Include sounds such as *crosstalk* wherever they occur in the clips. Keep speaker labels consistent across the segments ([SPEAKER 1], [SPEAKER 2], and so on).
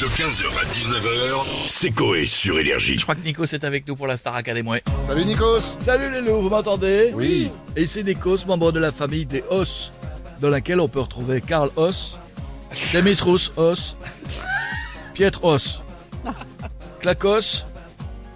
[SPEAKER 1] De 15h à 19h, c'est Coé sur Énergie.
[SPEAKER 2] Je crois que Nico c'est avec nous pour la Star Academy. ouais.
[SPEAKER 3] Salut Nikos
[SPEAKER 4] Salut les loups, vous m'entendez
[SPEAKER 3] Oui.
[SPEAKER 4] Et c'est Nikos, membre de la famille des Os, dans laquelle on peut retrouver Karl
[SPEAKER 3] *laughs*
[SPEAKER 4] Os, Demis Rousse Os, Pietre Os, Clacos,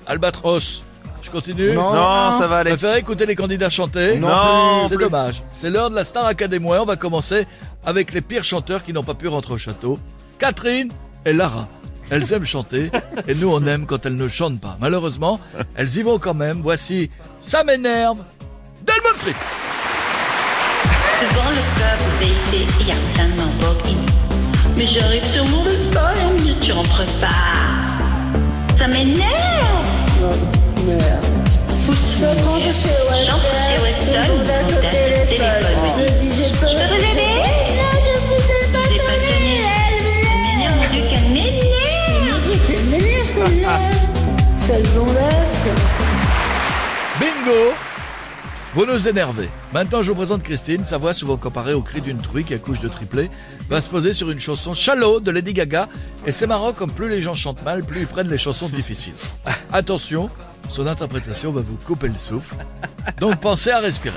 [SPEAKER 4] Albatros. Je continue
[SPEAKER 5] Non, ça va aller.
[SPEAKER 4] Vous préférez écouter les candidats chanter
[SPEAKER 3] Non
[SPEAKER 5] Non,
[SPEAKER 4] C'est
[SPEAKER 5] plus.
[SPEAKER 4] dommage. C'est l'heure de la Star Academy. On va commencer avec les pires chanteurs qui n'ont pas pu rentrer au château. Catherine et Lara. Elles aiment chanter et nous on aime quand elles ne chantent pas. Malheureusement, elles y vont quand même. Voici Ça m'énerve d'Elmon Fritz.
[SPEAKER 6] Devant le fleuve baissé, il y a plein de Lamborghini. Mais j'arrive sur mon spot et on me dit tu rentres pas. Ça m'énerve. Où sont
[SPEAKER 7] Je rentre
[SPEAKER 6] mes-
[SPEAKER 7] chez Weston.
[SPEAKER 6] J'entre chez Weston,
[SPEAKER 7] Il me laisse
[SPEAKER 6] on
[SPEAKER 7] au
[SPEAKER 6] t'a ce téléphone.
[SPEAKER 7] téléphone. Je dis, j'ai
[SPEAKER 6] Je peux
[SPEAKER 7] peur.
[SPEAKER 6] vous aider
[SPEAKER 7] Non, je vous ai pas
[SPEAKER 6] J'ai pas sonné. Ça m'énerve, mon Dieu, qu'elle m'énerve.
[SPEAKER 7] dit que je me laisse là. Seulement là, c'est-
[SPEAKER 4] Bingo Vous nous énervez. Maintenant je vous présente Christine. Sa voix souvent comparée au cri d'une truie qui accouche de triplé va se poser sur une chanson Shallow de Lady Gaga. Et c'est marrant comme plus les gens chantent mal, plus ils prennent les chansons difficiles. Attention, son interprétation va vous couper le souffle. Donc pensez à respirer.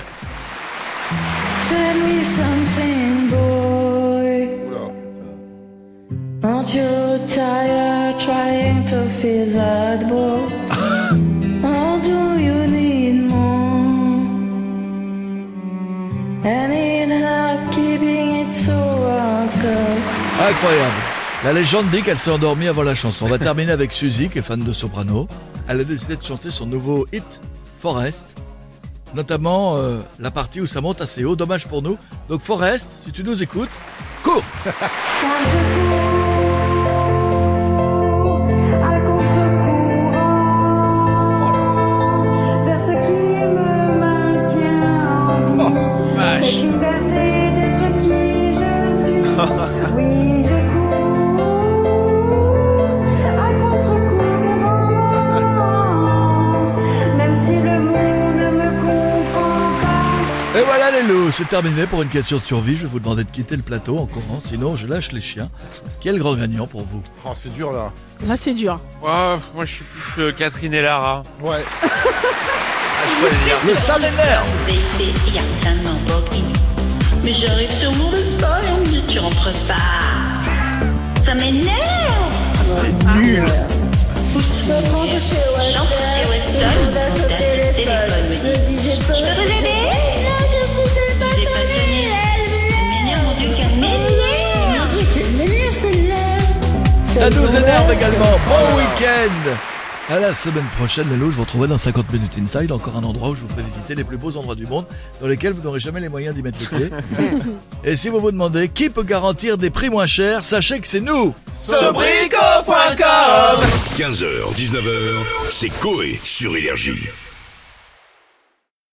[SPEAKER 8] Tell me something, boy.
[SPEAKER 3] Oula.
[SPEAKER 8] Aren't you tired trying to feel that boy? or do you need more? And in help keeping it so hardcore.
[SPEAKER 4] Incroyable. La légende dit qu'elle s'est endormie avant la chanson. On va terminer avec Suzy, qui est fan de soprano. Elle a décidé de chanter son nouveau hit, Forest. Notamment euh, la partie où ça monte assez haut. Dommage pour nous. Donc Forest, si tu nous écoutes, cours
[SPEAKER 8] Car je cours à contre-courant vers ce qui me maintient en vie. Cette liberté d'être qui je suis. Oui, je cours à contre-courant, même si le monde ne me comprend pas.
[SPEAKER 4] Et voilà les loups, c'est terminé pour une question de survie. Je vais vous demander de quitter le plateau en courant, sinon je lâche les chiens. Quel grand gagnant pour vous
[SPEAKER 3] Oh, c'est dur là.
[SPEAKER 9] Là, c'est dur.
[SPEAKER 5] Oh, moi, je suis plus euh, Catherine et Lara.
[SPEAKER 3] Ouais.
[SPEAKER 5] Ah, je peux dire.
[SPEAKER 4] Le sale énerve
[SPEAKER 6] Baissé, il y a plein de Lamborghini. Mais j'arrive sur mon spot et on me dit tu rentres pas. Ça m'énerve.
[SPEAKER 7] Je rentre chez
[SPEAKER 6] J'entre chez Weston,
[SPEAKER 7] Weston. Il
[SPEAKER 6] on t'a
[SPEAKER 7] me laisse au
[SPEAKER 6] ce téléphone.
[SPEAKER 7] téléphone. Je dis, j'ai peur.
[SPEAKER 6] Je peux vous aider
[SPEAKER 7] Non, je vous ai pas
[SPEAKER 6] J'ai pas
[SPEAKER 7] sonné.
[SPEAKER 6] sonné.
[SPEAKER 7] Elle me
[SPEAKER 6] Ça
[SPEAKER 7] laisse.
[SPEAKER 6] m'énerve, mon Dieu, qu'elle
[SPEAKER 7] Il
[SPEAKER 6] m'énerve.
[SPEAKER 7] me dit que je me laisse là.
[SPEAKER 4] Ça nous
[SPEAKER 7] Seulement
[SPEAKER 4] énerve
[SPEAKER 7] là,
[SPEAKER 4] également. Bon week-end À la semaine prochaine, les loups, je vous retrouverai dans 50 minutes inside, encore un endroit où je vous ferai visiter les plus beaux endroits du monde, dans lesquels vous n'aurez jamais les moyens d'y mettre les *laughs* pieds. Et si vous vous demandez qui peut garantir des prix moins chers, sachez que c'est nous
[SPEAKER 5] Sobrico.com
[SPEAKER 1] 15h, 19h, c'est Coé sur Énergie.